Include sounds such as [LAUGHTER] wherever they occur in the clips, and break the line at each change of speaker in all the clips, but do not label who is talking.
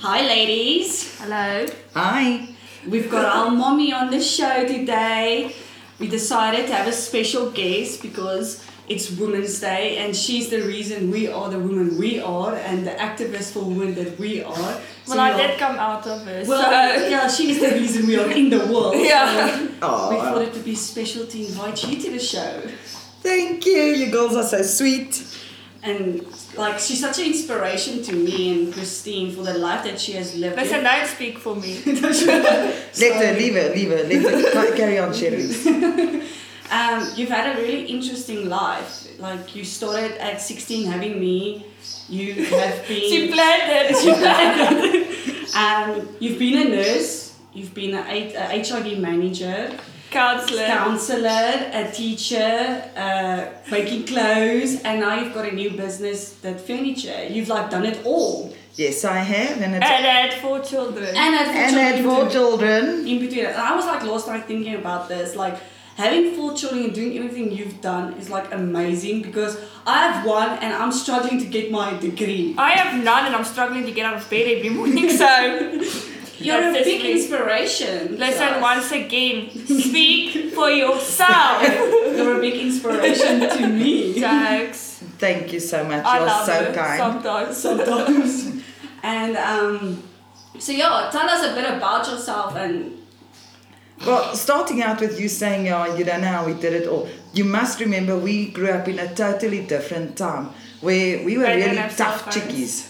Hi, ladies.
Hello.
Hi.
We've got our mommy on the show today. We decided to have a special guest because it's Women's Day and she's the reason we are the women we are and the activists for women that we are. So we
Well, I
are-
did come out of it.
Well,
so-
[LAUGHS] yeah, she's the reason we are in the world.
Yeah.
So we thought
Oh,
it would be special to invite you to the show.
thank you. You girls are so sweet.
And like she's such an inspiration to me and Christine for the life that she has lived.
Listen, don't speak for me.
Let
Let her, leave her, leave her, let her. Right, Carry on,
[LAUGHS]
Sherry.
Um, you've had a really interesting life. Like you started at 16 having me. You have
She
been.
planned it. She planned it.
[LAUGHS] um, you've been a nurse. You've been a, H- a HIV manager,
Counselor.
counselor, a teacher, uh, making clothes, and now you've got a new business that furniture. You've like done it all.
Yes, I have, and
And
it's,
I had four children.
And had
and I had four children.
in between. And I was like last night thinking about this, like having four children and doing everything you've done is like amazing because I have one and I'm struggling to get my degree.
I have none and I'm struggling to get out of bed every morning, so.
You're a
That's
big
me.
inspiration. to
Listen,
us.
once again, speak for yourself.
[LAUGHS] You're a big
[LAUGHS]
inspiration to me
Jokes.
Thank you so much.
I
You're
love
so
it
kind.
sometimes.
sometimes. And um, so yeah, tell us a bit about yourself and
Well, starting out with you saying, oh, you don't know how we did it all. You must remember we grew up in a totally different time where we were
They didn't
really
have cell
tough
phones.
chickies.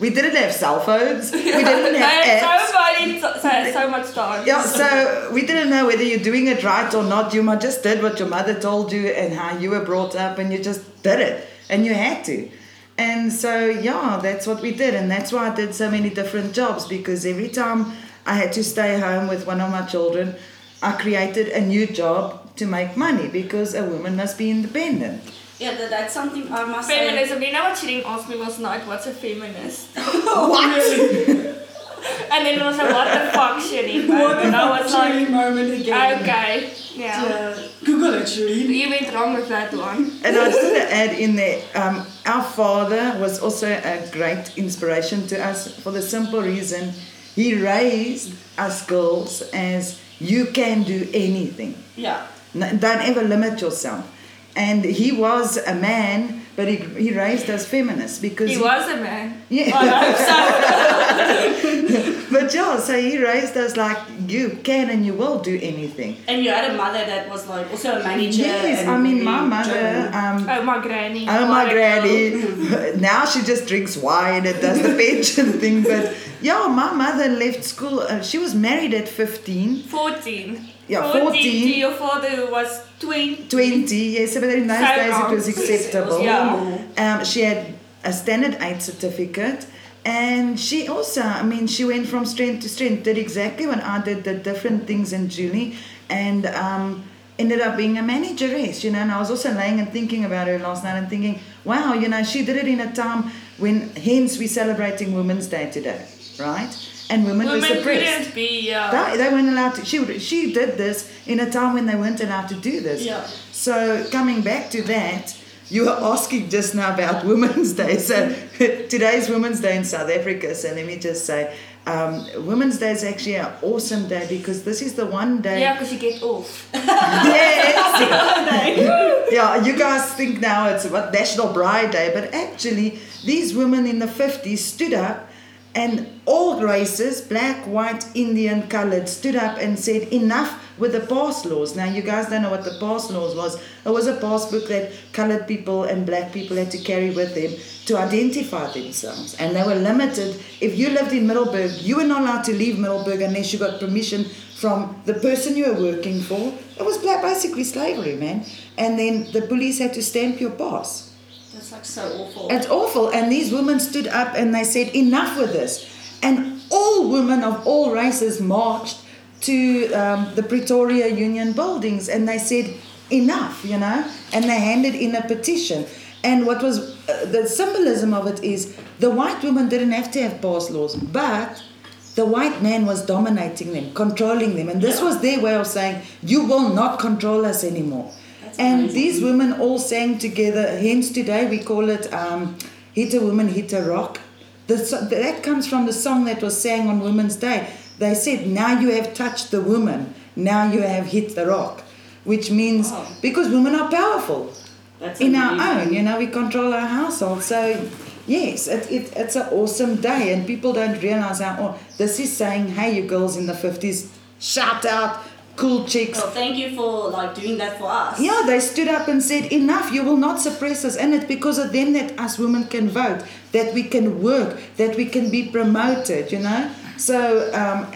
We didn't have
[LAUGHS]
cell phones. We didn't
I
have apps.
had so funny, so, so, so much time.
Yeah, so we didn't know whether you're doing it right or not. You mu- just did what your mother told you and how you were brought up, and you just did it, and you had to. And so, yeah, that's what we did, and that's why I did so many different jobs because every time I had to stay home with one of my children, I created a new job to make money because a woman must be independent.
yeah, that, that's something I must say.
Feminism. You know what she didn't ask me last night? What's a feminist?
Oh,
What?
And then it was like, what the fuck,
[LAUGHS]
Shirley? And I was like,
Cheery moment again.
okay, yeah.
Yeah. Google it, Shireen.
You went wrong with that one.
And I just want to add in there, um, our father was also a great inspiration to us for the simple reason he raised us girls as you can do anything.
Yeah.
N- Don't ever limit yourself. And he was a man, but he, he raised us feminists because.
He was a man.
Yeah. [LAUGHS]
Oh, no,
But yeah, so he raised us like you can and you will do anything.
And you had a mother that was like also a manager.
yes,
and
I mean, my
really
mother.
driven.
Um,
so- oh my granny.
Oh
What
my
a girl.
granny. [LAUGHS] now she just drinks wine and does the [LAUGHS] pension thing. But yeah, my mother left school. Uh, she was married at 15,
14.
Yeah,
14 to
14.
your father who was 20.
20. Yes, but in those
So
days it was
wrong.
acceptable.
Yeah.
Um, she had a standard 8 certificate. And she also, I mean, she went from strength to strength, did exactly what I did, did different things in Julie, and um, ended up being a manageress, you know. And I was also laying and thinking about her last night and thinking, wow, you know, she did it in a time when, hence, we're celebrating Women's Day today, right? And women, were
Women
suppressed.
couldn't be, uh,
They, they weren't allowed to. She would, she did this in a time when they weren't allowed to do this.
Yeah.
So coming back to that, you were asking just now about [LAUGHS] Women's Day. So [LAUGHS] today's Women's Day in South Africa. So let me just say, um, Women's Day is actually an awesome day because this is the one day.
yeah, because you get off.
Yes. [LAUGHS] yeah, you guys think now it's what National Bride Day, but actually these women in the 50s stood up and all races, black, white, Indian, colored, stood up and said enough with the pass laws. Now you guys don't know what the pass laws was. It was a passbook that colored people and black people had to carry with them to identify themselves. And they were limited. If you lived in Middleburg, you were not allowed to leave Middleburg unless you got permission from the person you were working for. It was bla- basically slavery, man. And then the police had to stamp your pass.
That's like so awful.
It's awful. And these women stood up and they said, enough with this. And all women of all races marched to um, the Pretoria Union buildings and they said, enough, you know? And they handed in a petition. And what was uh, the symbolism of it is the white women didn't have to have pass laws, but the white man was dominating them, controlling them. And this was their way of saying, you will not control us anymore.
That's
and
amazing.
these women all sang together. Hence, today we call it um, Hit a Woman, Hit a Rock. The, so- that comes from the song that was sang on Women's Day. They said, now you have touched the woman, now you have hit the rock, which means
Wow.
because women are powerful
That's
in our
amazing.
own. You know, we control our household. So, yes, it, it, it's an awesome day, and people don't realize how. Oh, this is saying, hey, you girls in the 50s, shout out, cool chicks.
So thank you for like doing that for us.
Yeah, they stood up and said, enough, you will not suppress us. And it's because of them that us women can vote, that we can work, that we can be promoted, you know? So um,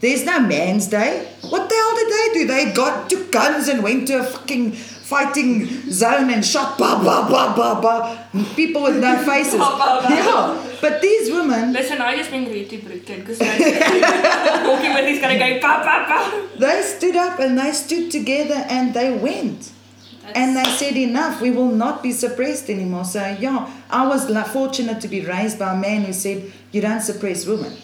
there's no man's day. What the hell did they do? They got took guns and went to a fucking fighting zone and shot ba ba ba ba ba people with
[LAUGHS]
no faces.
Ba, ba, ba.
Yeah. But these women
Listen, I just been reiterated because I'm walking with this guy going, pa, pa, pa.
they stood up and they stood together and they went. and they said, enough, we will not be suppressed anymore. So, yeah, I was la- fortunate to be raised by a man who said, you don't suppress women.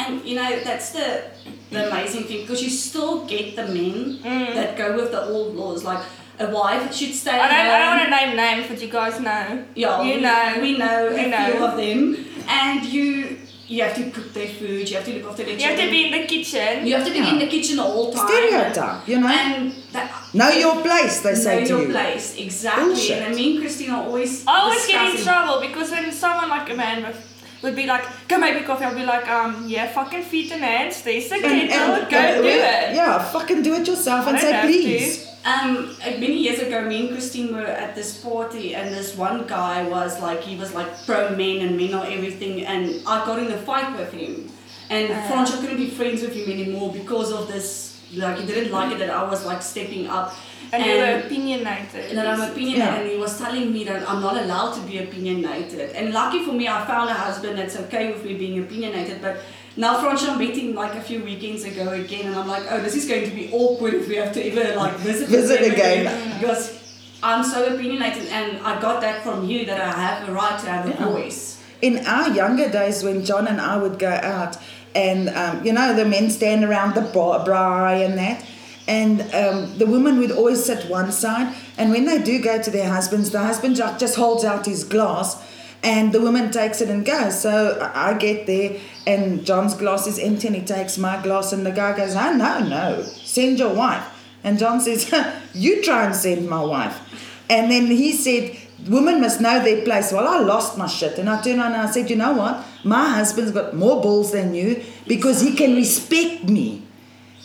And you know that's the the amazing thing because you still get the men
Mm.
that go with the old laws. Like a wife should stay.
I don't, I don't
home.
want to name names, but you guys know.
Yeah,
you
we,
Um, know.
we know
You
a
know.
few of them, and you you have to cook their food. You have to look after their
You have to
children.
be in the kitchen.
You have to be in the kitchen the whole time.
Stereotype, you know?
And that,
know your place, they
know
say to
your
you.
place exactly.
Bullshit.
And I mean, Christina always
I always get in
discussing-
trouble because when someone like a man with- would be like, go make me coffee, I'll be like, um, yeah, fucking feet and hands, there's a
And-
kettle,
and-
go
and-
do
yeah,
it.
Yeah, fucking do it yourself and
I
say,
don't have
please.
Um, uh, many years ago, me and Christine were at this party, and this one guy was like, he was like pro men and men are everything, and I got in a fight with him. And
Uh.
Francia couldn't be friends with him anymore because of this. Like, he didn't like it that I was like stepping up.
And you were opinionated.
that I'm opinionated,
Yeah.
and he was telling me that I'm not allowed to be opinionated. And lucky for me, I found a husband that's okay with me being opinionated. But now, Francia, I'm meeting like a few weekends ago again, and I'm like, oh, this is going to be awkward if we have to ever
[LAUGHS]
like visit
Visit
them
again.
because I'm so opinionated, and I got that from you that I have a right to have a voice.
in our younger days when John and I would go out, and um, you know the men stand around the bar, bra and that, and um, the women would always sit one side, and when they do go to their husbands, the husband ju- just holds out his glass. And the woman takes it and goes. So I I get there, and John's glass is empty, and he takes my glass, and the guy goes, "Oh no, no, send your wife." And John says, [LAUGHS] "You try and send my wife." And then he said, Women must know their place. Well, I lost my shit. And I turned around and I said, You know what? My husband's got more balls than you because he can respect me.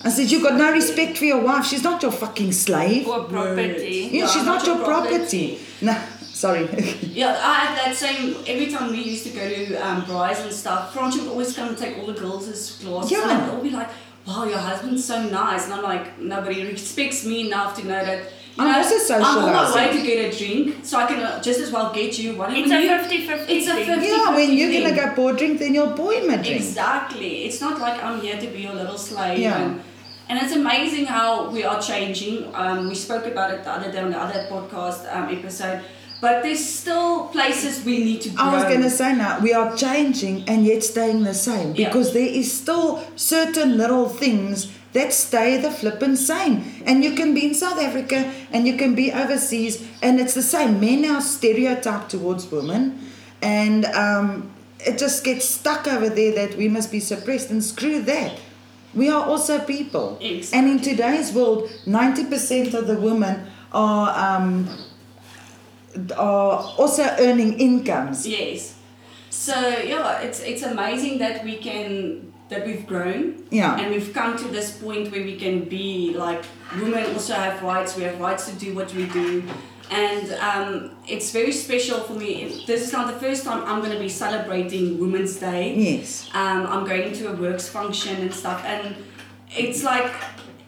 I said, You've got no respect for your wife. She's not your fucking slave.
Or property.
You know,
Yeah,
she's not your property. No, sorry. [LAUGHS]
Yeah, I had that same. Every time we used to go to um, brides and stuff, Francia would always come and take all the girls' glasses. And
Yeah.
they'd all be like, wow, your husband's so nice. And I'm like, nobody respects me enough to know that. You
I'm
know,
also
I'm on my way
socializing.
to get a drink, so I can uh, just as well get you one.
It's a 50-50
It's a
thing.
50
yeah, when you're going to go pour a drink, then you'll pour him a drink.
Exactly. It's not like I'm here to be your little slave.
Yeah.
And, and it's amazing how we are changing. Um, we spoke about it the other day on the other podcast um, episode, but there's still places we need to grow.
I was going to say now, we are changing and yet staying the same
Yeah.
because there is still certain little things that stay the flippin' same. And you can be in South Africa and you can be overseas and it's the same. Men are stereotyped towards women and um, it just gets stuck over there that we must be suppressed and screw that. We are also people.
Exactly.
And in today's world, 90% of the women are, um, are also earning incomes.
Yes. So yeah, it's it's amazing that we can that we've grown.
Yeah.
And we've come to this point where we can be like women also have rights. We have rights to do what we do. And um, it's very special for me. This is not the first time I'm going to be celebrating Women's Day.
Yes.
Um, I'm going to a works function and stuff, and it's like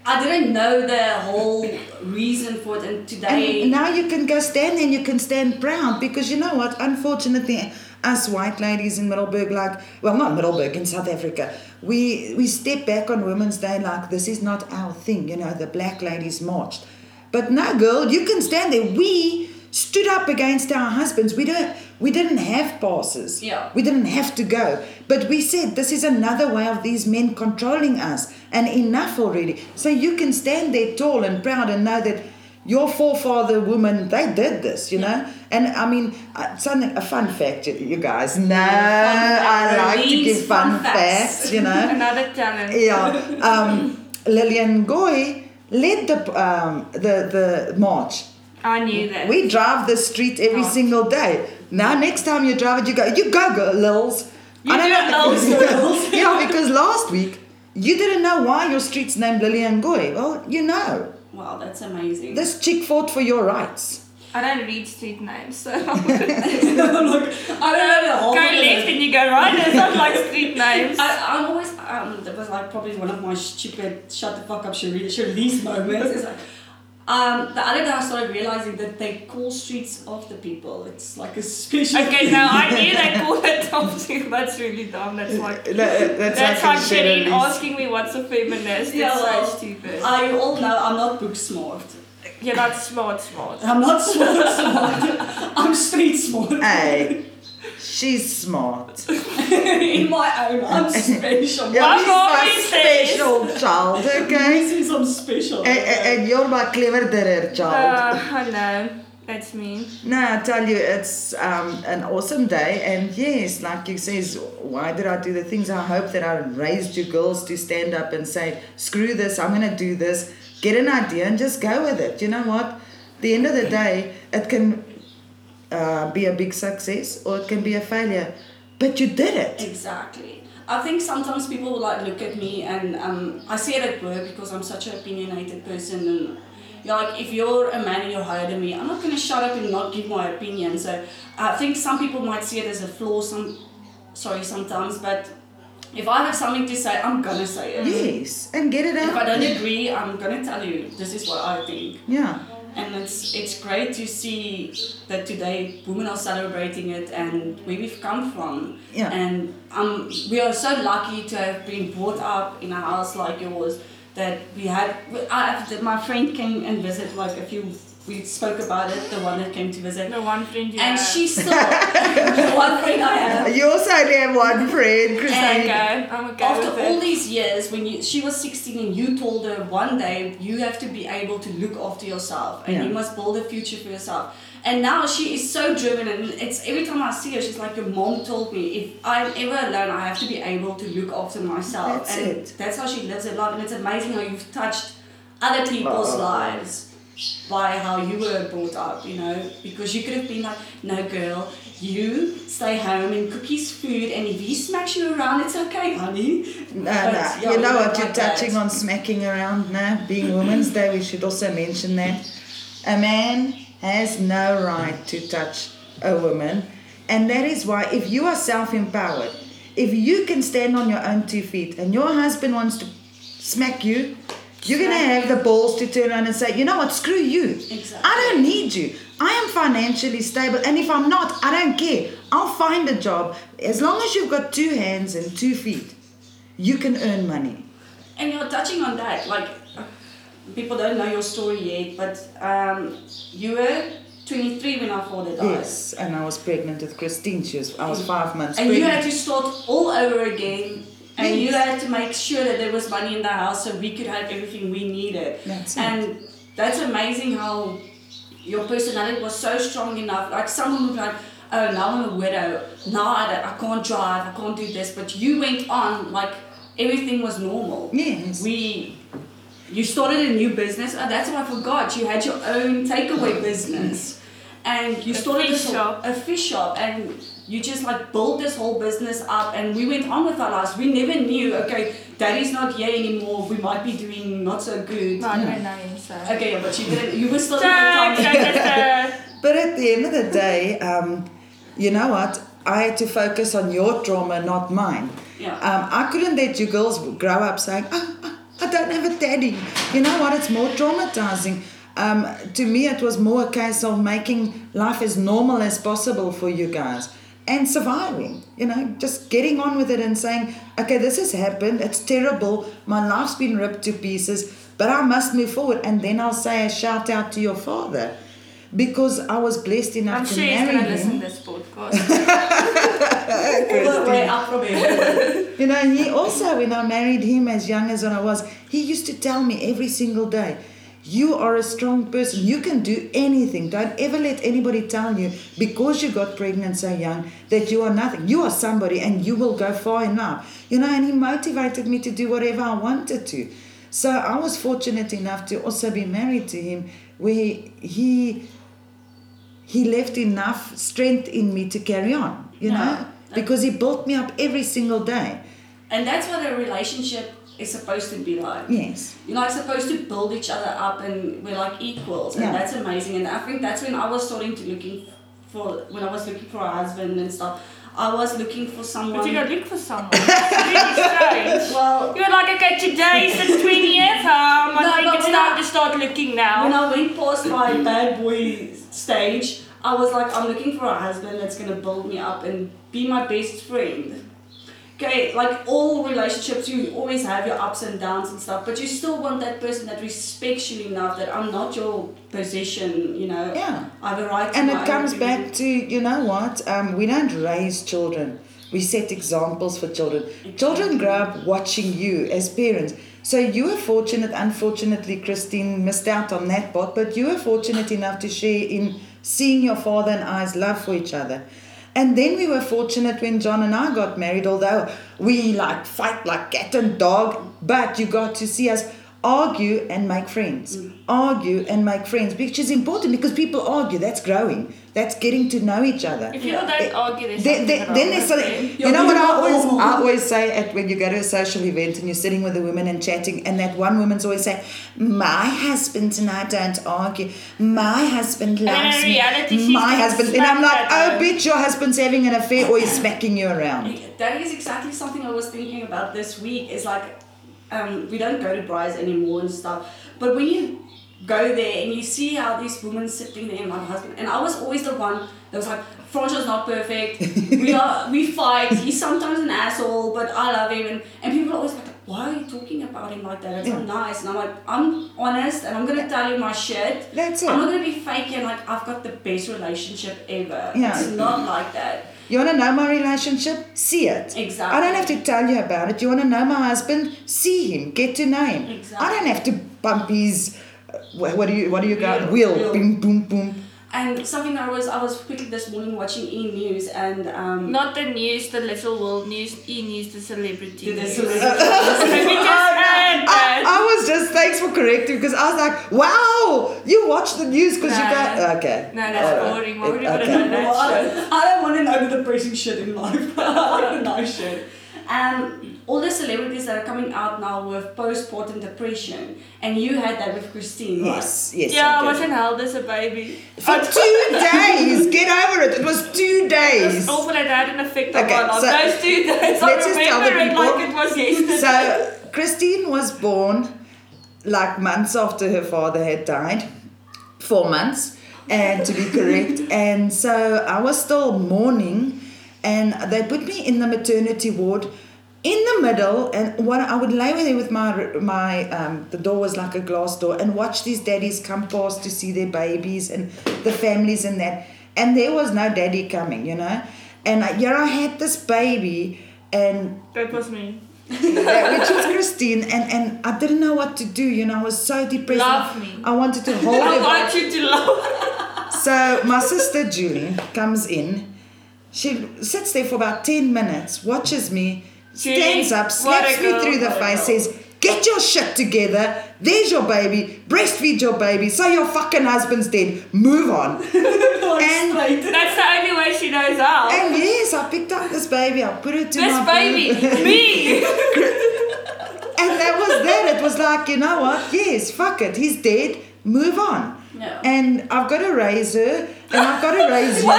I didn't know the whole reason for it. And today,
And now you can go stand and you can stand proud because you know what? Unfortunately, us white ladies in Middleburg, like, well, not Middleburg, in South Africa, we, we step back on Women's Day like this is not our thing. You know, the black ladies marched. But no, girl, you can stand there. We stood up against our husbands. We don't. We didn't have passes.
Yeah.
We didn't have to go. But we said this is another way of these men controlling us, and enough already. So you can stand there tall and proud and know that your forefather women they did this you know and i mean uh, something a fun fact you, you guys know i like to
Release
give fun,
fun
facts.
facts.
you
[LAUGHS]
know
Another challenge.
yeah um, lillian goy led the um, the the march
I knew that.
we drive the street every
March.
single day now next time you drive it you go you go girl, lils
You
I don't
do it, lils,
[LAUGHS]
lils.
yeah because last week you didn't know why your street's named lillian goy well you know
Wow, that's amazing.
this chick fought for your rights
I don't read street names,
[LAUGHS]
so [LAUGHS]
Look, I don't know the
go
whole
left and you go right. It's not like
[LAUGHS]
street names.
I, I'm always um, that was like probably one of my stupid shut the fuck up Cherie- Charlize moments. It's like um, the other day I started realizing that they call streets after people. It's like a special.
Okay, now I knew they called it [LAUGHS] dumb too. That's really dumb. That's like
That- that's
that's
like
like
a
Shireen
shit at
asking me what's a feminist.
Yeah,
it's
well,
so stupid.
I all know I'm not book smart.
You're not smart, smart.
I'm not smart [LAUGHS] smart. I'm street smart.
least. Hey, she's smart.
[LAUGHS] In my own,
[LAUGHS]
I'm special.
Yeah,
My
she's
mom
my
is
special
[LAUGHS]
child, okay?
This is I'm special.
and, and- and you're my clever derer child.
Uh, I know. That's me.
No, I tell you, it's um, an awesome day. And yes, like you says, why did I do the things? I hope that I raised you girls to stand up and say, screw this, I'm going to do this. Get an idea and just go with it. You know what? the end of the day, it can uh, be a big success or it can be a failure. But you did it.
Exactly. I think sometimes people will like look at me and um, I see it at work because I'm such an opinionated person and you're like if you're a man and you're higher than me, I'm not gonna shut up and not give my opinion. So I think some people might see it as a flaw some sorry sometimes, but if I have something to say, I'm gonna say it.
Yes, and get it
If I
out.
don't agree, I'm gonna tell you this is what I think.
Yeah.
And it's it's great to see that today women are celebrating it and where we've come from.
Yeah.
And um, we are so lucky to have been brought up in a house like yours that we had. I, I- my friend came and visited like a few. We spoke about it. The one that came to visit.
The one friend you
And
have.
she still [LAUGHS] the one friend I have.
You also only have one friend,
Okay,
Christine.
I'm okay
After
with
all
it.
these years, when you, she was 16 and you told her one day you have to be able to look after yourself and
Yeah.
you must build a future for yourself. And now she is so driven, and it's every time I see her, she's like, Your mom told me if I'm ever alone, I have to be able to look after myself.
That's
and
it.
that's how she lives her life. And it's amazing how you've touched other people's
Wow.
lives by how you were brought up, you know, because you could have been like, no, girl, you stay home and cook his food, and if he smacks you around, it's okay, honey.
No, no. You know what? You're touching on smacking around now. Being Women's Day, we should also mention that a man has no right to touch a woman, and that is why if you are self-empowered, if you can stand on your own two feet, and your husband wants to smack you, you're gonna have the balls to turn around and say, you know what? Screw you.
Exactly.
I don't need you. I am financially stable, and if I'm not, I don't care. I'll find a job as long as you've got two hands and two feet you can earn money.
And you're touching on that, like, uh, people don't know your story yet, but um, you were 23 when I folded eyes.
Yes, and I was pregnant with Christine. She was, I was five months
Mm. And you had
pregnant.
to start all over again. And you had to make sure that there was money in the house so we could have everything we needed.
That's it.
and that's amazing how your personality was so strong enough. Like someone would be like, oh, now I'm a widow. Now I, don't- I can't drive. I can't do this. But you went on like everything was normal.
Yes.
We, you started a new business. Oh, that's what I forgot. You had your own takeaway business. And you
A
started
fish
this whole-
shop.
a fish shop and you just like built this whole business up and we went on with our lives. We never knew, okay, daddy's not here anymore, we might be doing not so good.
No, I don't know him, so.
Okay, yeah, but you didn't you were still in
Jack,
the
Jack,
time.
Jack, Jack.
But at the end of the day, um, you know what? I had to focus on your trauma, not mine.
Yeah.
Um, I couldn't let you girls grow up saying, oh, oh, I don't have a daddy. You know what? It's more traumatizing. Um, to me, it was more a case of making life as normal as possible for you guys and surviving. You know, just getting on with it and saying, okay, this has happened. It's terrible. My life's been ripped to pieces, but I must move forward. And then I'll say a shout out to your father because I was blessed enough
I'm
to
sure he's
marry
gonna
him.
listen to this podcast.
All the way up from here.
You know, he also, when I married him as young as when I was, he used to tell me every single day, You are a strong person. You can do anything. Don't ever let anybody tell you because you got pregnant so young that you are nothing. You are somebody and you will go far in life. You know, and he motivated me to do whatever I wanted to. So I was fortunate enough to also be married to him where he he left enough strength in me to carry on, you
Yeah.
know? Because he built me up every single day.
And that's what a relationship is supposed to be like.
Yes.
You're like supposed to build each other up and we're like equals and
Yeah.
that's amazing. And I think that's when I was starting to looking for when I was looking for a husband and stuff. I was looking for someone
But you don't look for someone. It's really
[LAUGHS]
strange.
well
You're like, okay, today is the 20th. Um, I
No, but
think it's
when
time
I-
to start looking now.
When I went past my bad boy stage, I was like, I'm looking for a husband that's gonna build me up and be my best friend. Okay, like all relationships, you always have your ups and downs and stuff, but you still want that person that respects you enough that I'm not your possession, you know.
Yeah.
I have a right to
And
my
it
own
comes
opinion.
back to, you know what? Um, we don't raise children. We set examples for children. Children grow up watching you as parents. So you were fortunate, unfortunately, Christine missed out on that part, but you were fortunate enough to share in seeing your father and I's love for each other. And then we were fortunate when John and I got married, although we like fight like cat and dog, but you got to see us argue and make friends. Argue and make friends, which is important because people argue. That's growing. That's getting to know each other.
If people don't argue, there's
They- they-
something
then
wrong
they
with them.
suddenly,
Yeah,
you know
but
what I
you know-
always, I always say at when you go to a social event and you're sitting with the women and chatting, and that one woman's always saying, "My husband and I don't argue. My husband
then
loves
in
me.
reality, she's
My
gonna
husband." And
smack
I'm like,
that
"Oh,
guy."
bitch, your husband's having an affair or he's smacking you around."
That is exactly something I was thinking about this week. Is like, um, we don't go to bars anymore and stuff. But when you go there and you see how these women sitting there and my husband, and I was always the one that was like, Franco's not
[LAUGHS]
perfect. We are, we fight. He's sometimes an asshole, but I love him. And, and people are always like, why are you talking about him like that? It's not nice. And I'm like, I'm honest and I'm gonna tell you my shit.
That's it.
I'm not gonna be fake and like I've got the best relationship ever.
Yeah.
It's not like that.
You want to know my relationship? See it.
Exactly.
I don't have to tell you about it. You want to know my husband? See him. Get to know him.
Exactly.
I don't have to bump his. uh, wh- What do you? What do you
Wheel.
got? Wheel.
Wheel.
Boom. Boom. Boom.
And something that I was I was quickly this morning watching E News and um [LAUGHS]
Not the news, the little world news, e news, the celebrity.
the
E!
news. [LAUGHS]
celebrity-
We just
Oh,
heard
I,
that.
I was just thanks for correcting because I was like, wow, you watch the news because you
No.
got okay.
No, that's
All right.
boring. Why would you
It-
wanna know
[LAUGHS]
that?
Well, I, don't, I don't want to know the depressing shit in life. [LAUGHS] I like the nice shit. Um, all the celebrities that are coming out now with postpartum depression, and you had that with Christine, right? [LAUGHS]
Yes, yes.
Yeah, I
I
was
did.
in hell as a baby.
For
[LAUGHS]
two days, get over it. It was two days.
It's awful that had an effect on
Okay,
my life.
so-
Those two [LAUGHS] days, I
let's just tell the
remember it
people.
like it was yesterday.
[LAUGHS] So Christine was born like months after her father had died, four months, and to be correct. and so I was still mourning, and they put me in the maternity ward. In the middle, and what I would lay there with my my um, the door was like a glass door, and watch these daddies come past to see their babies and the families and that, and there was no daddy coming, you know, and I, here I had this baby, and
that was me.
yeah, which was Christine, and, and I didn't know what to do. You know, I was so depressed.
Love me.
I wanted to
[LAUGHS]
hold
I
her.
want you to love.
So my sister Julie comes in. She sits there for about ten minutes, watches me,
Julie,
stands up,
what
slaps
a
me
girl,
through the
what a
face,
girl.
says, "Get your shit together. There's your baby. Breastfeed your baby. So your fucking husband's dead. Move
[LAUGHS]
on."
Like,
And-
straight.
That's the only way she knows how.
and yes, I picked up this baby. I put it to my
This
boob.
baby,
[LAUGHS]
me.
And that was that. It was like, you know what? Yes, fuck it. He's dead. Move on.
Yeah.
And I've got to raise her, and I've got to
[LAUGHS]
raise [LAUGHS] you.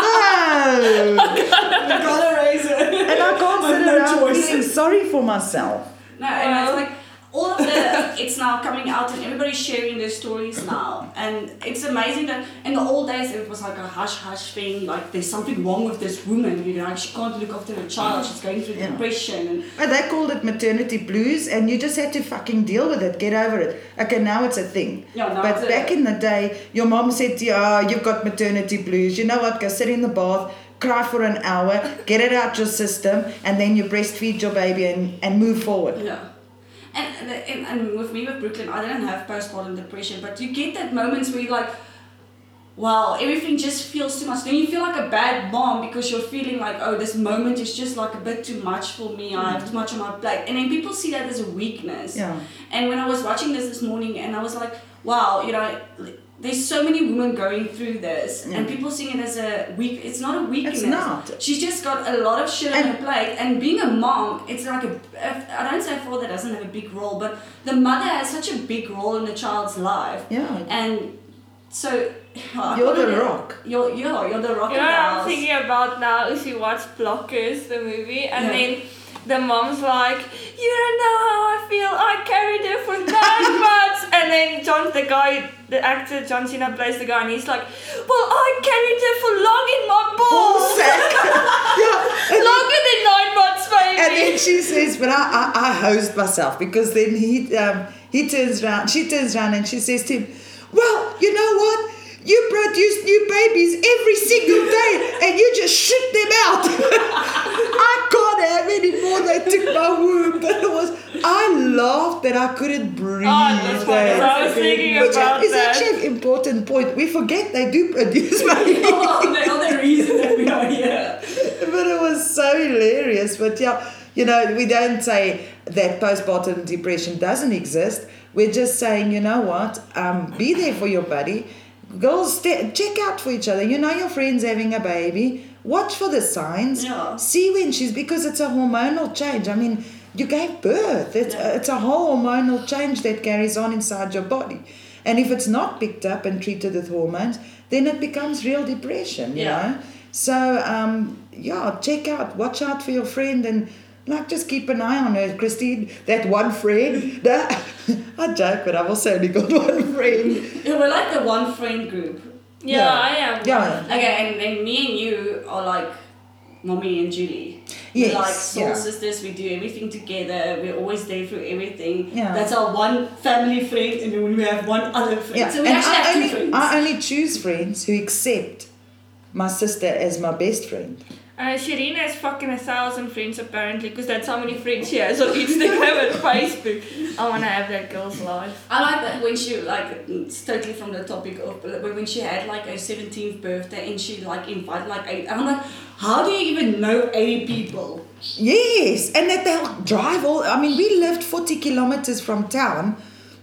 no.
You gotta raise it.
And I
[LAUGHS]
can't
I've
sit
no
around
choice.
feeling sorry for myself.
No, and it's
Well-
like all of the it's now coming out and everybody's sharing their stories now. And it's amazing that in the old days it was like a hush hush thing, like there's something wrong with this woman, you know, like she can't look after her child, she's going through
Yeah.
depression and
But they called it maternity blues, and you just had to fucking deal with it, get over it. Okay, now it's a thing.
Yeah, now
but
it's a-
back in the day, your mom said to you, oh, you've got maternity blues. You know what? Go sit in the bath, cry for an hour, get it out your system, and then you breastfeed your baby and, and move forward.
Yeah. And, and, and with me with Brooklyn, I didn't have postpartum depression, but you get that moments where you're like, wow, everything just feels too much. Then you feel like a bad mom because you're feeling like, oh, this moment is just like a bit too much for me. I have too much on my plate. And then people see that as a weakness.
Yeah.
And when I was watching this this morning, and I was like, wow, you know, there's so many women going through this, and people seeing it as a weak. It's not a weakness.
not.
She's just got a lot of shit on
And-
her plate, and being a mom, it's like a. I don't say father doesn't have a big role, but the mother has such a big role in the child's life.
Yeah.
And so. oh, I
You're
call
the
it-
rock.
You're you're you're the rock.
You
in
know
the
what I'm
house. [LAUGHS]
thinking about now is you watch Blockers, the movie, and
Yeah.
then the mom's like, You don't know how I feel, I carried her for nine [LAUGHS] months and then John the guy the actor John Cena plays the guy and he's like, Well I carried her for long in my balls
Ballsack. [LAUGHS] yeah. And,
Longer than nine months baby
and then she says, "But I, I, I hosed myself because then he, um, he turns around, she turns around, and she says to him, "Well, you know what." You produce new babies every single day and you just shit them out. [LAUGHS] I can't have any more. They took my womb. But it was, I laughed that I couldn't breathe.
Oh, that's what
eh?
I was thinking
Which
about
is
that.
actually an important point. We forget they do produce money.
[LAUGHS]
Oh, the other reason that we are here.
[LAUGHS] but it was so hilarious. But yeah, you know, we don't say that postpartum depression doesn't exist. We're just saying, you know what, um, be there for your buddy. Girls, st- check out for each other. You know your friend's having a baby. Watch for the signs.
Yeah.
See when she's because it's a hormonal change. I mean, you gave birth. It's
Yeah.
it's a whole hormonal change that carries on inside your body. And if it's not picked up and treated with hormones, then it becomes real depression, you
Yeah.
know? So um, yeah, check out, watch out for your friend, and like just keep an eye on her, Christine. That one friend. [LAUGHS] No, I joke, but I've also only got one friend.
Yeah, we're like the one friend group.
yeah, I am.
Yeah,
Okay, and then me and you are like mommy and Judy. We're
Yes,
like soul
yeah.
sisters, we do everything together, we're always there through everything.
Yeah.
That's our one family friend, and then we have one other friend.
yeah.
So we
and
actually
I
have two
only
friends.
I only choose friends who accept my sister as my best friend.
Uh, Shireen has fucking a thousand friends apparently because that's how many friends she has on [LAUGHS] Instagram and [LAUGHS] Facebook. Oh, I want to have that girl's life.
I like that when she like it's totally from the topic of but when she had like her seventeenth birthday and she like invited like eight and I'm like, how do you even know eighty people? [LAUGHS]
Yes, and that they'll drive all. I mean, we lived forty kilometers from town.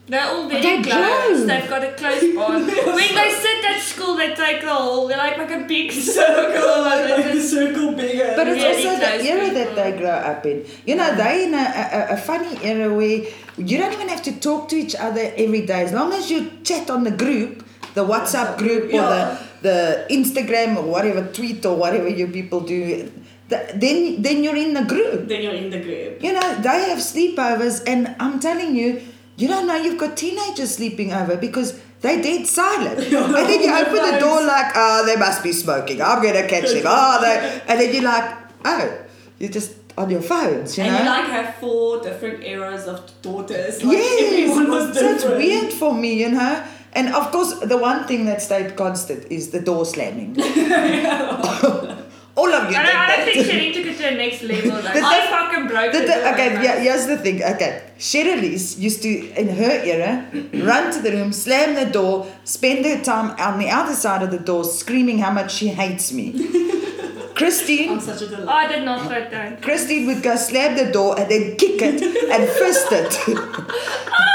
They're all very
They
close.
drove.
They've got a [LAUGHS] close bond. when they sit at school, they take the whole. They like like a big [LAUGHS] circle. and they
like the
just-
circle bigger.
But it's
Really
also the
close
era
people.
that they grow up in. You know, they in a, a, a funny era where you don't even have to talk to each other every day. As long as you chat on the group, the WhatsApp group or
Yeah.
the, the Instagram or whatever tweet or whatever you people do, th then, then you're in the group.
then you're in the group.
You know, they have sleepovers, and I'm telling you, you don't know you've got teenagers sleeping over because they dead silent.
[LAUGHS]
and then you open the door like, oh, they must be smoking. I'm gonna catch them. Oh, they, and then you're like, oh, you're just on your phones, you
And
know.
you like have four different eras of daughters. Like
yes,
everyone was
so
different.
it's weird for me, you know. And of course, the one thing that stayed constant is the door slamming.
[LAUGHS]
[LAUGHS] All of you.
I
did
don't, I
that.
don't think Shireen took it to the next level. [LAUGHS] Like,
The
I
thing-
fucking broke
The,
the,
the,
door,
okay,
like,
yeah, here's the thing. Okay, Cherylis used to, in her era, run to the room, slam the door, spend her time on the other side of the door screaming how much she hates
[LAUGHS]
me.
I'm
Christine,
such a delight.
I did not throw [LAUGHS] down.
Christine would go slam the door and then kick it and fist
[LAUGHS]
it.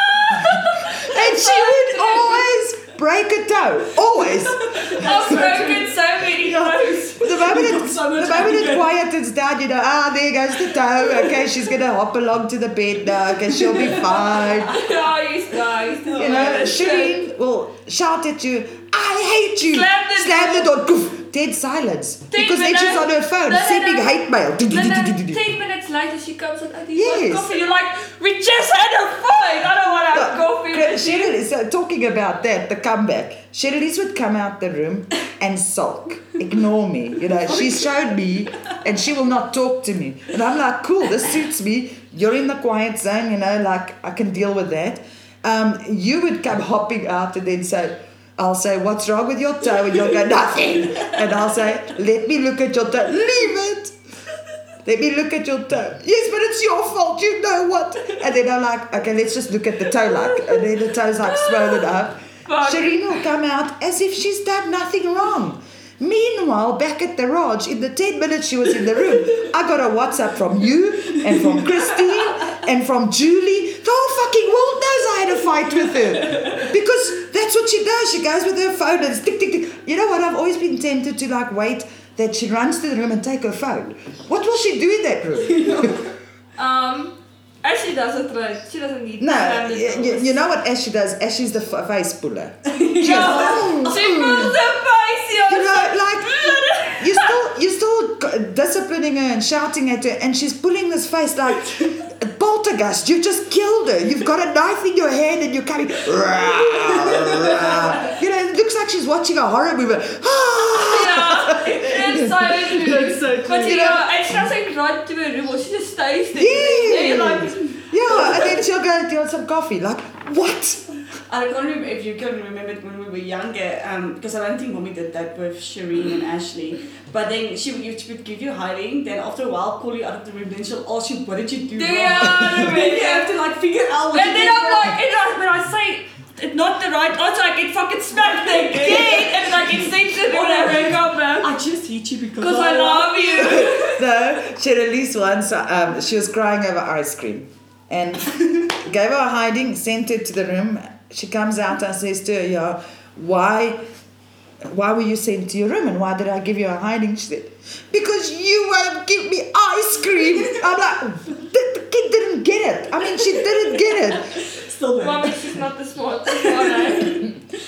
and she would always break a toe. Always.
I've broken so [LAUGHS] many toes.
The moment, it,
So much
the moment it
anger.
quietens down, you know, ah, there goes the toe. Okay, she's going to hop along to the bed now. Okay, she'll be fine.
Oh, you guys.
You know, Shireen will shout at you, I hate you.
Slam the
door. Goof. Dead silence. because then
minutes.
she's on her phone
No, no,
sending
no.
hate mail. Do, do,
And
[LAUGHS] do, do,
then
do, do, do.
ten minutes later, she comes and I do
Yes.
want coffee. You're like, we just had a fight. I don't want to have
Look,
coffee.
Cre- Cheryl is uh, talking about that, the comeback. Cheryl is would come out the room and sulk, ignore me. You know, she showed me and she will not talk to me. And I'm like, cool, this suits me. You're in the quiet zone, you know, like I can deal with that. Um, you would come hopping out and then say, I'll say, what's wrong with your toe? And you'll go, nothing. And I'll say, let me look at your toe. Leave it. Let me look at your toe. Yes, but it's your fault. You know what? And then I'm like, okay, let's just look at the toe, like, and then the toe's like swollen up.
Fuck.
Shireen will come out as if she's done nothing wrong. Meanwhile, back at the Raj, in the 10 minutes she was in the room, I got a WhatsApp from you and from Christine and from Julie. The whole fucking world knows I had a fight with her. Because that's what she does. She goes with her phone and it's tick, tick, tick. You know what? I've always been tempted to like wait that she runs to the room and take her phone. What will she do in that room?
Um, and she doesn't try. She doesn't need.
no,
standard
y- y-
rules.
you know what Ashley does? Ashley's the f- face puller.
No, [LAUGHS] she pulls the face. You
you
know,
know, like you're still you're still g- disciplining her and shouting at her, and she's pulling this face like poltergeist. You've just killed her. You've got a knife in your hand, and you're coming. [LAUGHS] you know, it looks like she's watching a horror movie. Ah,
[LAUGHS] yeah, it's so rude.
That's so
But
true.
you know, and she doesn't run to her room. Or she just stays there.
Yeah.
And you're like,
yeah, and then she'll go and do some coffee. Like what?
I can't remember if you can remember it when we were younger, because I don't think mommy did that with Shireen and Ashley. But then she would, she would give you hiding, then after a while call you out of the room, then she'll ask you, what did you do
do
wrong?
you know what
[LAUGHS]
I
Then
mean?
you have to like figure out what
And
you
then
did
I'm
wrong.
like, and I, when I say it's not the right answer, I get fucking smacked again. And like, it's sensitive when I wake up, man.
I just hate you because
Because I love you.
[LAUGHS] No, she had at least once. Um, she was crying over ice cream,
[LAUGHS]
and gave her a hiding. Sent her to the room. She comes out. I says to her, "Yeah, why, why were you sent to your room, and why did I give you a hiding?" She said, "Because you won't give me ice cream." I'm like, the, the kid didn't get it. I mean, she didn't
[LAUGHS]
get it.
Still there.
Mummy, she's not the smartest one, [LAUGHS] eh?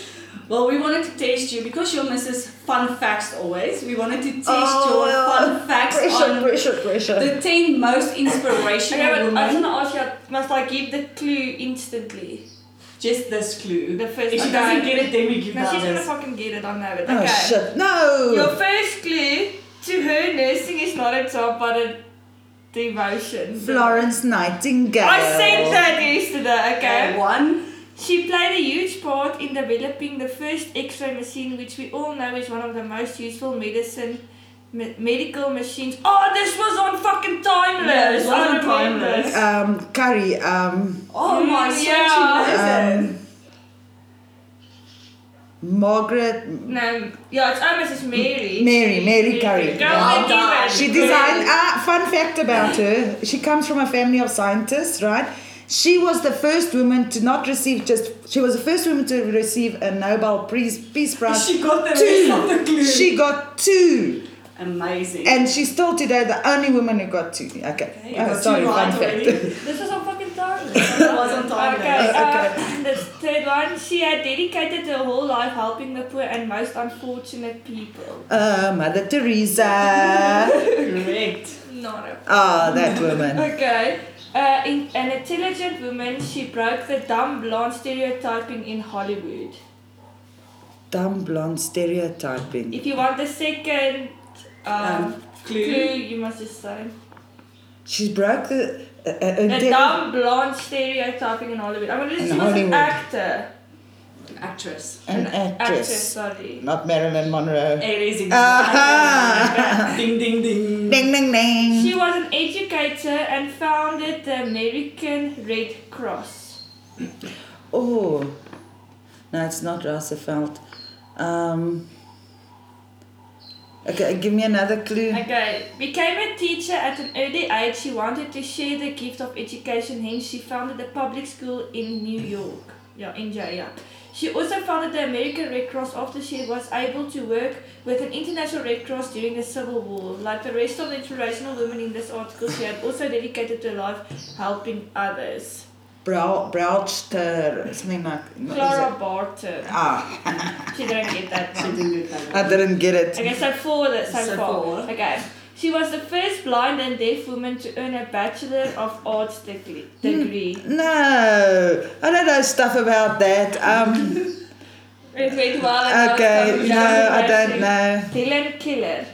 Well, we wanted to taste you because you're Mrs. Fun Facts always. We wanted to taste your
Oh,
well,
fun facts
Oh, Pressure,
on
pressure, pressure.
the 10 most inspirational
Okay, but I was
women.
gonna ask you, must I give the clue instantly?
Just this clue.
The first
If she
okay.
doesn't get it, then we give
No,
the
she's gonna
others.
fucking get it, I know
Ah,
it.
oh
Okay.
shit! No.
Your first clue to her nursing is not a job but a devotion.
Florence Nightingale.
I said that yesterday, okay?
Okay, one.
She played a huge part in developing the first X-ray machine, which we all know is one of the most useful medicine me- medical machines. Oh, this was on fucking timeless.
Yeah, it was on
I remember.
Timeless.
Um, Curry. Um.
Oh my,
Mm,
so
yeah.
she knows it.
um, Margaret
No, yeah, it's almost as Mary.
Mary, Mary Curry.
Girl,
Wow.
I knew it.
she designed ah fun fact about her she comes from a family of scientists right she was the first woman to not receive just she was the first woman to receive a Nobel Peace, Peace Prize
She got the rest of the
two
clue.
she got two
Amazing.
and she's still today the only woman who got two okay,
you
Oh,
got two
sorry
right
fun fact
already. [LAUGHS]
This was on fucking
[LAUGHS]
time.
was on Timeless.
Okay,
Okay.
uh, the third one. She had dedicated her whole life helping the poor and most unfortunate people.
uh, Mother Teresa
Correct.
Not a
ah that
[LAUGHS]
woman
Okay. Uh, in, an intelligent woman, she broke the dumb blonde stereotyping in Hollywood.
dumb blonde stereotyping
If you want the second um,
Um,
clue,
clue.
you must just say.
She broke the. Uh, uh,
The
did-
dumb blonde stereotyping in Hollywood. I mean, she
In
was an
Hollywood.
actor.
Actress.
An
Actress,
actress.
sorry.
Not Marilyn Monroe.
It is
Ah.
exactly. [LAUGHS] Ding ding ding.
Uh-huh. Ding, ding, ding.
She was an educator and founded the American Red Cross.
oh. No, it's not Roosevelt. Um. Okay, give me another clue.
Okay, became a teacher at an early age. She wanted to share the gift of education, hence she founded a public school in New York. Yeah, in jail, yeah. She also founded the American Red Cross after she was able to work with an international Red Cross during the Civil War. Like the rest of the inspirational women in this article, she had also dedicated her life helping others.
Brau- Brauchter, something like. no, is
Clara
it-
Barton.
Ah,
She didn't get that
She
one.
didn't get that.
I didn't get it.
Okay, so four that so,
So
far.
four.
Okay. She was the first blind and deaf woman to earn a Bachelor of Arts degree. degree.
No, I don't know stuff about that.
[LAUGHS]
Um,
It went well. and
okay,
was
no, I don't
embarrassing.
know.
Helen Keller.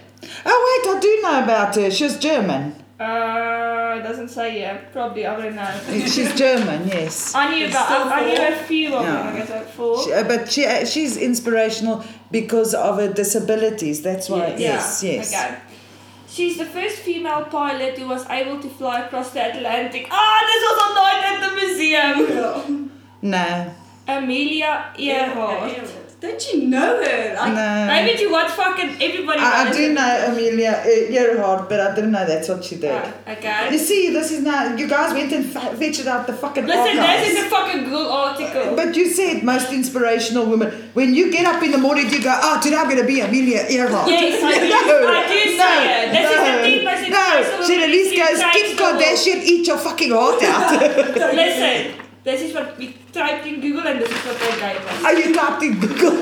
Oh, wait, I do know about her. She's German.
Uh, it doesn't say yeah. Probably, I don't know.
She's German, yes.
I knew
It's
about.
still
I, I knew a
four.
few of
Yeah.
them. I guess like four.
She, uh, but she uh, she's inspirational because of her disabilities. That's why.
Yeah.
Yes, yes.
Okay. She's the first female pilot who was able to fly across the Atlantic. Ah, this was a night at the museum.
No,
Amelia Earhart.
Don't you know her? I,
no.
Maybe you watch fucking everybody.
Uh, I, I
knows
do
it.
know Amelia uh, Earhart, but I didn't know that's what she did.
Ah,
You
Okay.
see, this is not. You guys went and fa- fetched out the fucking
Listen,
archives.
this is a fucking Google article.
But you said most inspirational women. When you get up in the morning, you go, "Oh, today I'm going to be Amelia Earhart."
Yes, I do. I do say it. This is the deep most
no.
inspirational
She at
woman
least
you've
goes,
seen
"Kim
in the world."
Kardashian, eat your fucking heart
[LAUGHS]
out."
Listen, this is what we typed in Google and this is what they gave us.
Are you typed in Google?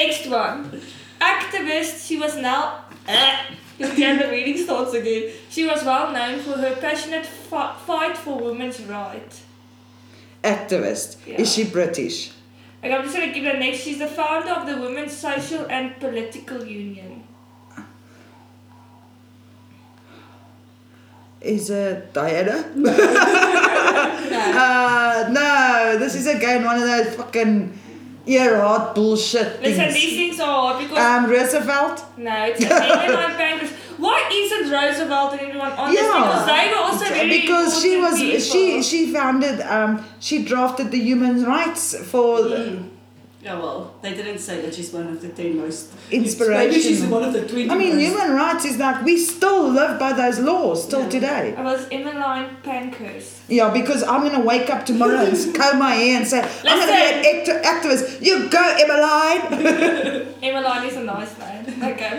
Next one. Activist, she was now. [LAUGHS] Again, the reading starts again. She was well known for her passionate fi- fight for women's rights.
Activist.
Yeah.
Is she British?
Okay, I'm just gonna give her next. She's the founder of the Women's Social and Political Union.
Is
[LAUGHS]
it Diana? [LAUGHS]
No.
Uh, no, this is again one of those fucking Earhart bullshit things.
Listen, these things are hard because
um, Roosevelt.
no, it's
[LAUGHS]
Amelia Bankers. Why isn't Roosevelt and everyone on this?
Yeah.
Because they were also very
because she was
important
she
people.
she founded um she drafted the human rights for
Yeah, oh, well, they didn't say that she's one of the 10 most.
Inspirational.
Maybe she's one of the 20
I mean
most.
human rights is like we still live by those laws till today.
I was Emmeline Pankhurst.
Yeah, because I'm gonna wake up tomorrow and
[LAUGHS]
comb my hair and say I'm gonna be an act- activist. You go, Emmeline.
Emmeline is a nice man. Okay.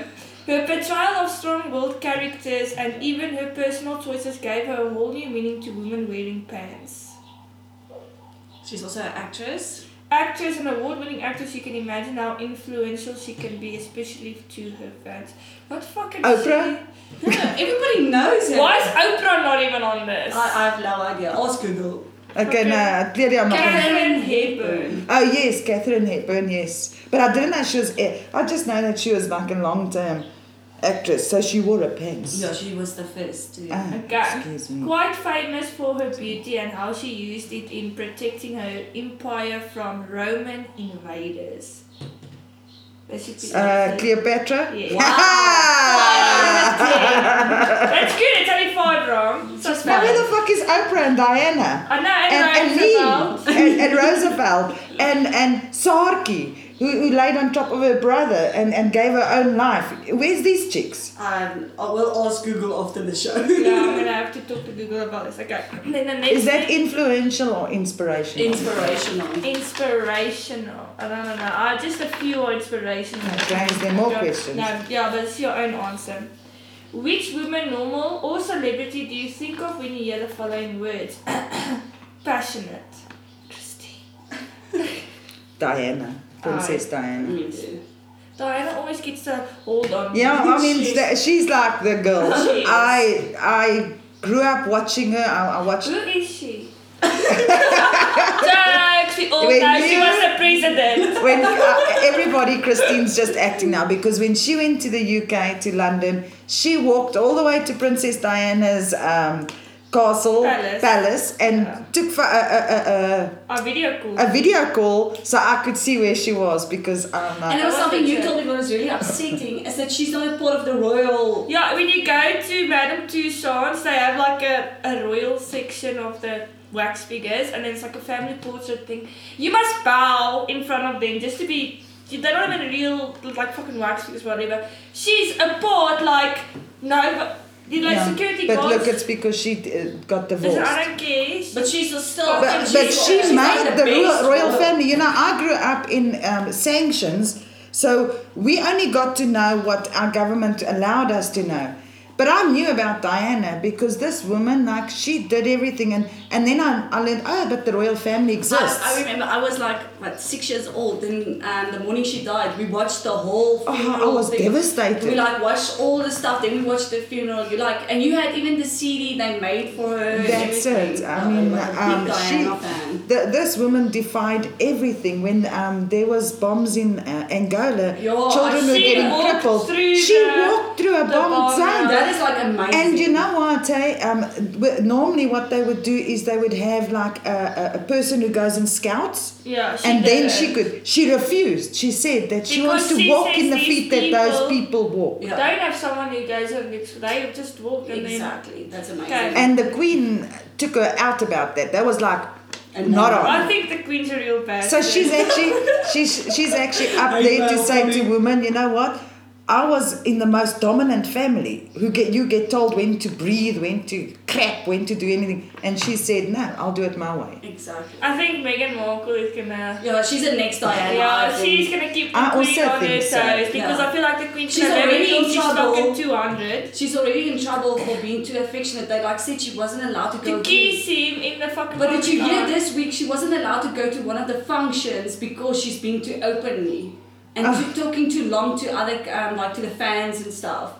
Her portrayal of strong-willed characters and even her personal choices gave her a whole new meaning to women wearing pants.
She's also an actress.
Actress and award-winning actress, you can imagine how influential she can be, especially to her fans. What fucking
Oprah?
No, everybody knows
shit?
her.
Why is Oprah not even on this?
I, I have no idea. Ask Google.
Okay, no, clearly I'm not. gonna-
Karen Hepburn.
Oh yes, Catherine Hepburn. Yes, but I didn't know she was. a- I just know that she was like a long-term actress, so she wore a pants.
Yeah, she was the first. Yeah.
Ah,
Okay.
Excuse me.
Quite famous for her beauty and how she used it in protecting her empire from Roman invaders. That should be
Uh,
something.
Cleopatra.
Yeah.
[LAUGHS] Ha!
That's good, it's only five wrong. So it's
Now where the
fine.
fuck is Oprah and Diana?
I know,
And, and
and
me
Roosevelt.
and, and Roosevelt and, and Sarki who, who laid on top of her brother and, and gave her own life. Where's these chicks?
Um, I will ask Google after the show.
Yeah, I'm gonna have to talk to Google about this. Okay. And then the next
Is that
thing-
influential or inspirational?
[LAUGHS] Inspirational.
inspirational? I don't know. I just a few are inspirational.
Okay, is there more
Yeah,
questions?
No, yeah, but it's your own answer. Which woman, normal or celebrity, do you think of when you hear the following words? [COUGHS] Passionate. Christine.
Diana. Princess Diana.
Me too.
Diana always gets to hold on.
Yeah, I mean,
She's-
she's, she's like the
[LAUGHS]
girl.
She is.
I I grew up watching her. I, I watched
Who is
[LAUGHS]
she? Jokes, we all
When
know she
you-
was the president.
when uh, everybody Christine's just acting now because when she went to the UK to London, she walked all the way to Princess Diana's um, castle
Palace.
and
Yeah.
took for a, a,
Our video call.
a, a, a video call so I could see where she was because I don't know.
And it was
I
something you
wasn't
told me was really upsetting is that she's not a part of the royal.
yeah, when you go to Madame Tussauds, they have like a, a royal section of the wax figures, and then it's like a family portrait thing. You must bow in front of them just to be. They're not even real, like fucking wax figures, whatever. She's a part, like, no, but, you know,
Yeah.
security
but
guards.
look, it's because she uh, got divorced.
Listen, I don't care.
But she's still.
But,
She's
but she
she's
made
like
the,
the
royal,
best
royal
royal.
family. You know, I grew up in um, sanctions, so we only got to know what our government allowed us to know. But I knew about Diana because this woman, like, she did everything, and, and then I, I learned, oh, but the royal family exists.
I, I remember I was like what six years old, and um, the morning she died, we watched the whole.
Oh, I
Funeral
was
thing.
devastated.
We like watched all the stuff, then we watched the funeral. You like, and you had even the CD they made for her. and
That's
everything.
it. I
Like,
mean,
like a big
um,
Diana
she,
fan.
th- this woman defied everything. When um, there was bombs in uh, Angola,
Yeah,
children were
she
getting
walked
crippled.
through
She
the-
walked through a
the
bomb
bomb,
zone.
yeah.
that is like amazing.
And you know what, eh? Um, w- normally, what they would do is they would have like a, a, a person who goes and scouts.
Yeah, she
and then
did
she
it.
could. She refused. She said that she
Because
wants to
she
walk
says
in the
these
feet that those people
people-
walk.
Yeah.
Don't have someone who goes and gets. They just walk and
Exactly, that's amazing.
Okay.
And the queen took her out about that. That was like
And
not
then. I
on.
think the queen's a real bad.
So
[LAUGHS]
she's actually she's she's actually up
Like
there to
well,
say
I
to
mean-
women, you know what? I was in the most dominant family who get you get told when to breathe, when to crap, when to do anything, and she said, "No, I'll do it my way."
Exactly.
I think Meghan Markle is gonna.
Yeah, she's the next Diana. I
Yeah,
think.
she's gonna keep the
I
queen
also
on her
think
toes
so,
because
yeah.
I feel like the queen
She's
should have
already
everything
in
she's
trouble.
fucking 200.
She's already in trouble for being too affectionate. They like said she wasn't allowed to go
To kiss him in the fucking.
But did you
public
hear
eye.
this week? She wasn't allowed to go to one of the functions because she's been too openly and too, talking too long to other um, like to the fans and stuff.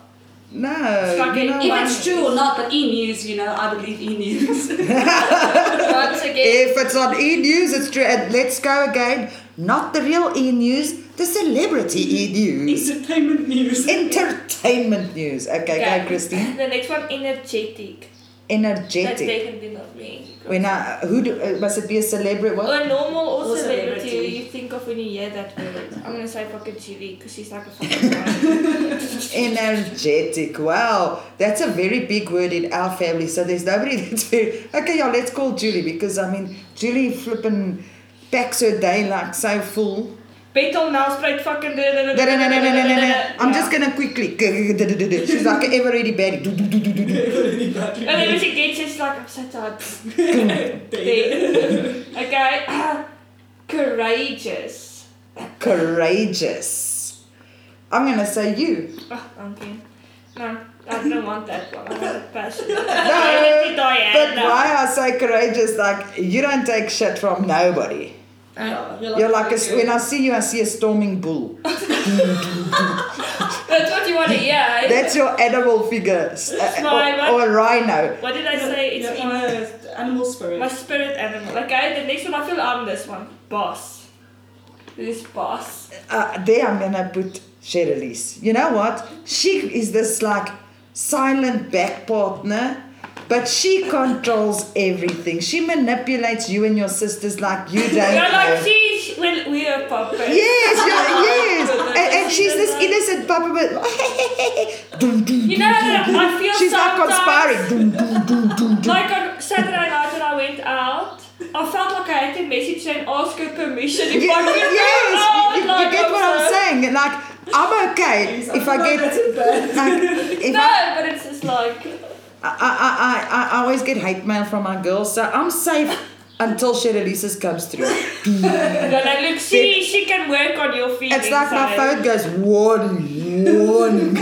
No,
Fucking
you know
If
what?
it's true or not, but E News, you know, I believe E News. [LAUGHS]
Once again,
If it's on E News, it's true. And let's go again. Not the real E News, the celebrity E News,
Entertainment news.
entertainment news. Okay, go, Christine.
The next one, energetic. That's
Energetic.
definitely not me.
When I, who do, uh, must it be a celebrity? What?
Or normal or,
Or
celebrity,
celebrity.
you think of when you hear that word. I'm gonna say fucking Julie because she's like
[LAUGHS]
a fucking. guy.
Energetic. Wow, that's a very big word in our family. So there's nobody [LAUGHS] that's very okay. Yeah, let's call Julie because I mean Julie flipping packs her day like so full.
Betel now spread fucking.
I'm just gonna quickly. [LAUGHS] She's like ever ready bad.
And then when she gets it, she's like, I'm so
[LAUGHS]
tired. [LAUGHS] okay. [CLEARS THROAT] Courageous.
Courageous. I'm gonna say you.
Oh, okay. No, I don't want that one. I want
[LAUGHS]
passion. No, uh,
but why I say courageous? Like you don't take shit from nobody. You're like a, when I see you, I see a storming bull.
That's what you want to hear. eh?
That's your animal figure, s- uh,
my-
or, or a rhino.
what did I say? It's
uh,
in
animal spirit.
My spirit animal. Okay, the next one I feel I'm this one. Boss. This boss.
Uh, there, I'm gonna put Cherilise. You know what? She is this like silent back partner, but she controls everything. She manipulates you and your sisters
[LAUGHS]
like you don't.
You're
know.
like she will we're a puppet.
Yes,
[LAUGHS]
you're, yes. and, and she's this innocent puppet. But [LAUGHS] Dum, dum,
You know, I feel
she's like
sometimes-
conspiring. Dum, dum, dum, dum, dum.
Like on Saturday night when I went out, I felt like I had to message her and ask her permission if
Yeah,
I could go
yes,
out,
you, you
like,
get what I'm
so-
saying. Like I'm okay if I get like if I,
No, but it's just like
I, I, I, I always get hate mail from my girls, so I'm safe until Sherelisa's comes through.
when I look, she she can work on your feelings.
It's like my
eh?
phone goes warning, warning. [LAUGHS]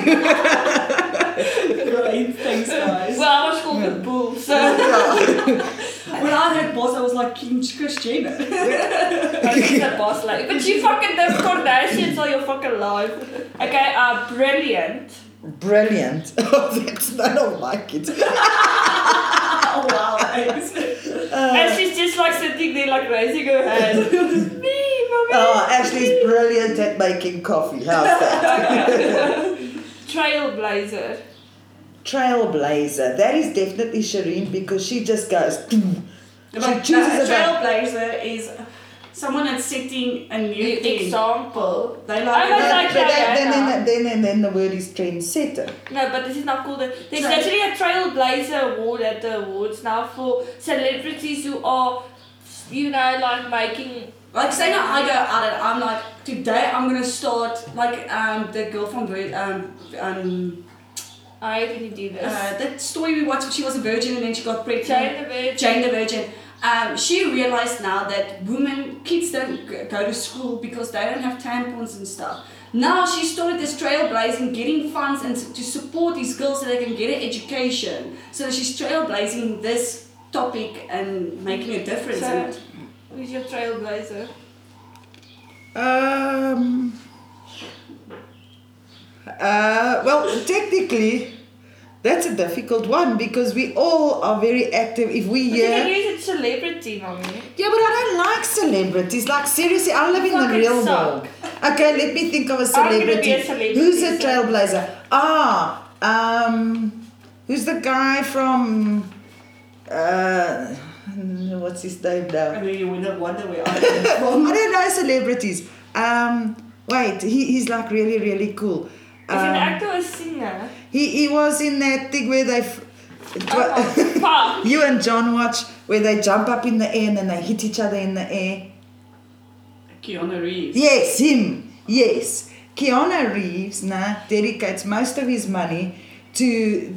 Great, thanks
[LAUGHS]
guys.
Well, I was called the bull, so [LAUGHS]
when I heard boss, I was like Kim Christina.
she's
[LAUGHS]
a boss lady. But you fucking live Kardashians all your fucking life. Okay, uh, brilliant.
Brilliant. [LAUGHS] That's, I don't like it.
[LAUGHS] Oh wow, thanks.
Uh.
and she's just like sitting there, like raising her hand.
[LAUGHS]
Me, mommy.
Oh, Ashley's brilliant at making coffee. How's that?
Trailblazer.
Trailblazer. That is definitely Shireen because she just goes. "Dum." She chooses
a
about.
trailblazer is someone that's setting a new thing.
Example.
They
I
like
was
that.
like-
But then, then,
Diana.
then, then, then, then the word is trendsetter.
No, but this is not called a. There's
Trail-
actually a Trailblazer award at the awards now for celebrities who are, you know, like making.
Like say now I go at it, I'm like today I'm gonna start like um the girl from Vir- um um
I can do this.
uh, that story we watched. She was a virgin and then she got pregnant.
Jane the Virgin.
Jane the Virgin. Um, she realized now that women, kids don't g- go to school because they don't have tampons and stuff. Now she started this trailblazing, getting funds and s- to support these girls so they can get an education. So she's trailblazing this topic and making a difference.
so,
and
who's your Trailblazer?
Um. Uh, well, technically, that's a difficult one because we all are very active. If we
You can
hear.
use it celebrity, mommy.
Yeah, but I don't like celebrities. Like, seriously, I live in the
Fucking
real
suck.
world. Okay, let me think of a
I'm gonna
celebrity.
be a celebrity,
Who's a
so-
trailblazer? Ah, Um, who's the guy from? Uh, what's his name now?
I mean, you would not wonder where [LAUGHS] I am from.
I don't know celebrities. Um, wait, he, he's like really really cool.
Is an
Um,
actor a singer?
he he was in that thing where they. F- it wa- [LAUGHS]
Oh, fuck.
you and John watch where they jump up in the air and then they hit each other in the air.
Keanu Reeves.
Yes, him. Yes. Keanu Reeves now dedicates most of his money to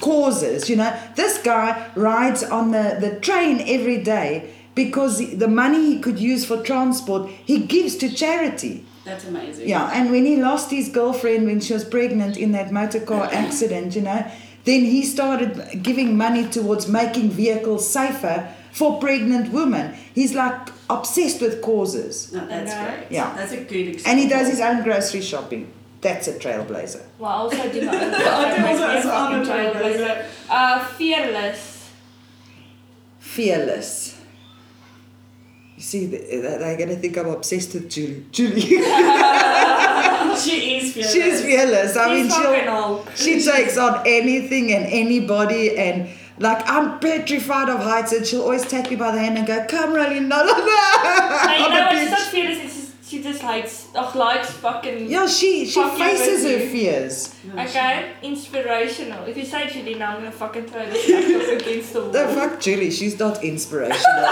causes. You know, this guy rides on the, the train every day because the money he could use for transport he gives to charity.
That's amazing.
Yeah, and when he lost his girlfriend when she was pregnant in that motor car accident, you know, then he started giving money towards making vehicles safer for pregnant women. He's like obsessed with causes.
No, that's
Okay.
great.
Yeah.
That's a good example.
And he does his own grocery shopping. That's a trailblazer.
Well, I also did
[LAUGHS]
my own
I think also it's on a
trailblazer.
trailblazer.
Uh,
[LAUGHS]
fearless.
Fearless. You see, th- th- they're going to think I'm obsessed with Julie. Julie. [LAUGHS]
She is fearless.
She's fearless. I mean,
He's fucking
she'll,
old.
she takes on anything and anybody and like I'm petrified of heights and she'll always take me by the hand and go, come really no no
And
no
you
on
know,
the
it's not
beach.
fearless. It's just, she just likes, oh, likes fucking.
Yeah, she she
Fucking
faces her
with you.
fears.
Okay, inspirational. If you say Julie, now I'm gonna fucking throw this
[LAUGHS]
laptop against the wall.
The fuck Julie, she's not inspirational.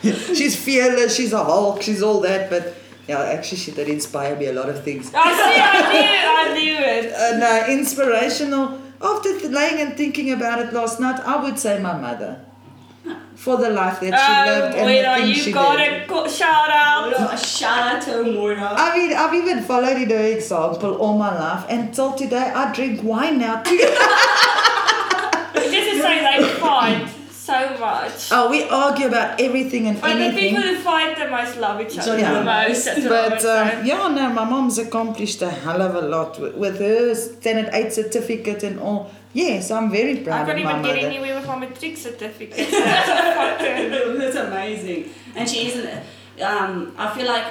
[LAUGHS] she's fearless, she's a hulk, she's all that, but yeah, actually she did inspire me a lot of things.
I see. I knew. I knew it.
And uh, inspirational. After th- laying and thinking about it last night, I would say my mother. For the life that she lived
Um,
[LAUGHS] and
Moira,
the things
you
she
got
did.
a co- shout
[LAUGHS]
out.
Moira, shout out to Moira.
I mean, I've even followed in her example all my life, and till today, I drink wine
[LAUGHS]
now too.
Just to say, they fight so much.
oh, we argue about everything and
But the people
anything.
who fight the most love each other
Yeah.
the most. That's what I would
But uh,
say.
yeah, no, my mom's accomplished a hell of a lot with, with her standard eight certificate and all. Yes, I'm very
I
proud
can't
of my
even get
mother.
anywhere with my matric certificate. [LAUGHS] so that's a fucking-
[LAUGHS] That's amazing. And she isn't. Um, I feel like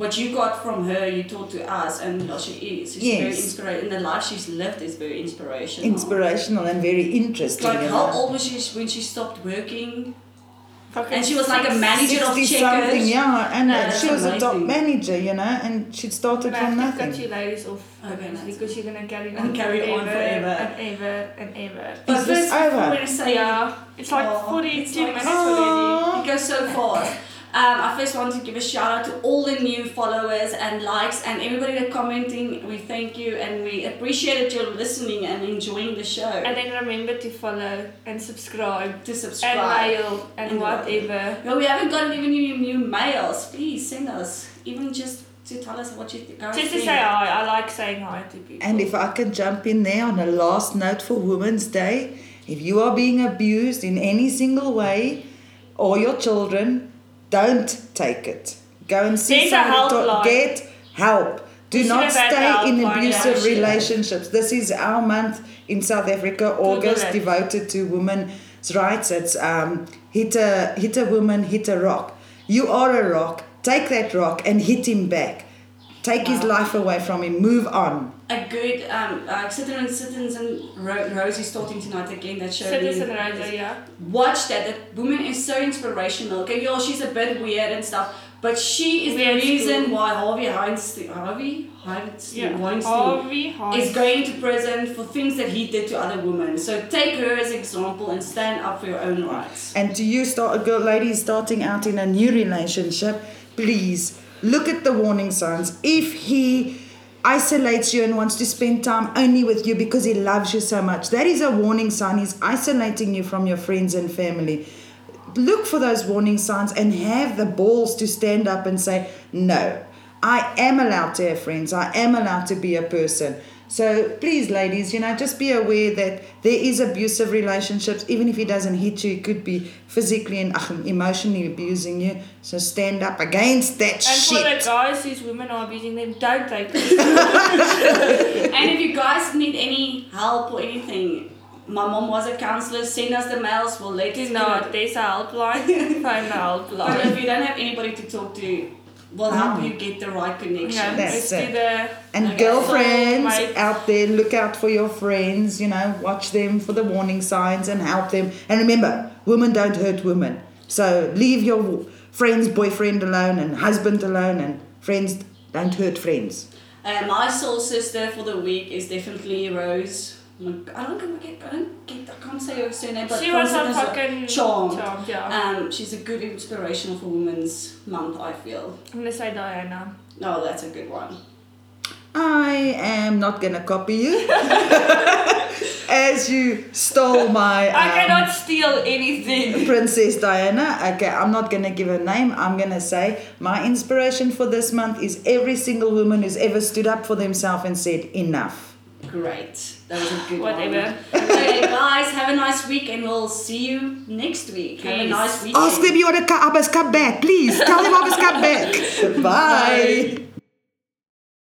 what you got from her, you taught to us, and well, she is. She's very
Yes.
inspirational. And the life she's lived is very inspirational.
Inspirational and very interesting.
Like
you
how
know.
old was she when she stopped working?
fucking
And she was like a
six.
manager of
60
checkers.
something, yeah, and
No,
uh,
that's
she was a top
amazing.
manager, you know, and she started
But I
from
have to cut
nothing.
you ladies off
Okay,
okay,
that's-
because you're gonna carry on,
And carry on forever.
and ever and ever.
But
Is this
first, before
over?
we say
yeah, it's like
Oh,
42
it's like-
minutes already.
Oh,
It goes so fast. Um, I first want to give a shout out to all the new followers and likes and everybody that commenting. We thank you and we appreciate that you're listening and enjoying the show.
And then remember to follow and subscribe
to
and
subscribe.
mail and
And
whatever.
Well, we haven't gotten even any new mails. Please send us, even just to tell us what you think. guys
Just to
think.
say uh, hi, I like saying hi to people.
And if I can jump in there on a last note for Women's Day, if you are being abused in any single way, or your children, don't take it. Go and see
There's a
somebody. to-
helpline.
Get help. Do
We
not
should have had
stay in
helpline,
abusive
yeah, we should
relationships. This is our month in South Africa, August,
it.
devoted to women's rights. It's um, hit a hit a woman, hit a rock. You are a rock. Take that rock and hit him back. Take his life away from him. Move on.
a good um, uh, Citizen Citizen Ro- Rosie starting tonight again. That show.
Citizen
really-
Rosa, yeah.
Watch that. That woman is so inspirational. Okay, yo, she's a bit weird and stuff, but she is
Weird
the reason
school.
why Harvey Weinstein, Harvey Weinstein,
yeah.
Weinstein
Harvey, Harvey.
is going to prison for things that he did to other women. So take her as example and stand up for your own rights.
And to you, start a girl, lady starting out in a new relationship, please look at the warning signs. If he isolates you and wants to spend time only with you because he loves you so much, that is a warning sign. He's isolating you from your friends and family. Look for those warning signs and have the balls to stand up and say, No, I am allowed to have friends. I am allowed to be a person. So please, ladies, you know, just be aware that there is abusive relationships. Even if he doesn't hit you, he could be physically and ugh, emotionally abusing you. So stand up against that
and for the
shit.
guys whose women are abusing them, don't take it.
and if you guys need any help or anything, my mom was a counselor. Send us the mails. We'll let [LAUGHS]
It
you
is
know.
not. There's a helpline. Find the
But
helpline.
if you don't have anybody to talk to, will help
Mm.
you get the right connection.
Yeah,
That's
let's
it.
do the
And
Okay.
girlfriends
So, like-
out there, look out for your friends, you know, watch them for the warning signs and help them. And remember, women don't hurt women. So leave your w- friend's boyfriend alone and husband alone, and friends don't hurt friends.
Uh, my soul sister for the week is definitely Rose. I don't get, I don't get, I can't say her surname, but
She was
Francis
on
is
fucking
charmed.
charmed, yeah.
Um, she's a good inspiration for Women's Month. I feel.
I'm gonna say Diana.
No, that's a good one.
I am not gonna copy you. [LAUGHS] As you stole
I
my. um,
cannot steal
[LAUGHS]
anything.
Princess Diana. Okay, I'm not gonna give a name. I'm gonna say my inspiration for this month is every single woman who's ever stood up for themselves and said enough.
Great, that was a good [LAUGHS]
Whatever.
one. okay, guys, have a nice week, and we'll see you next week. Have a
Yes.
nice week.
Ask them you want to come, Abbas, come back, please. Tell them Abbas, come back. Bye.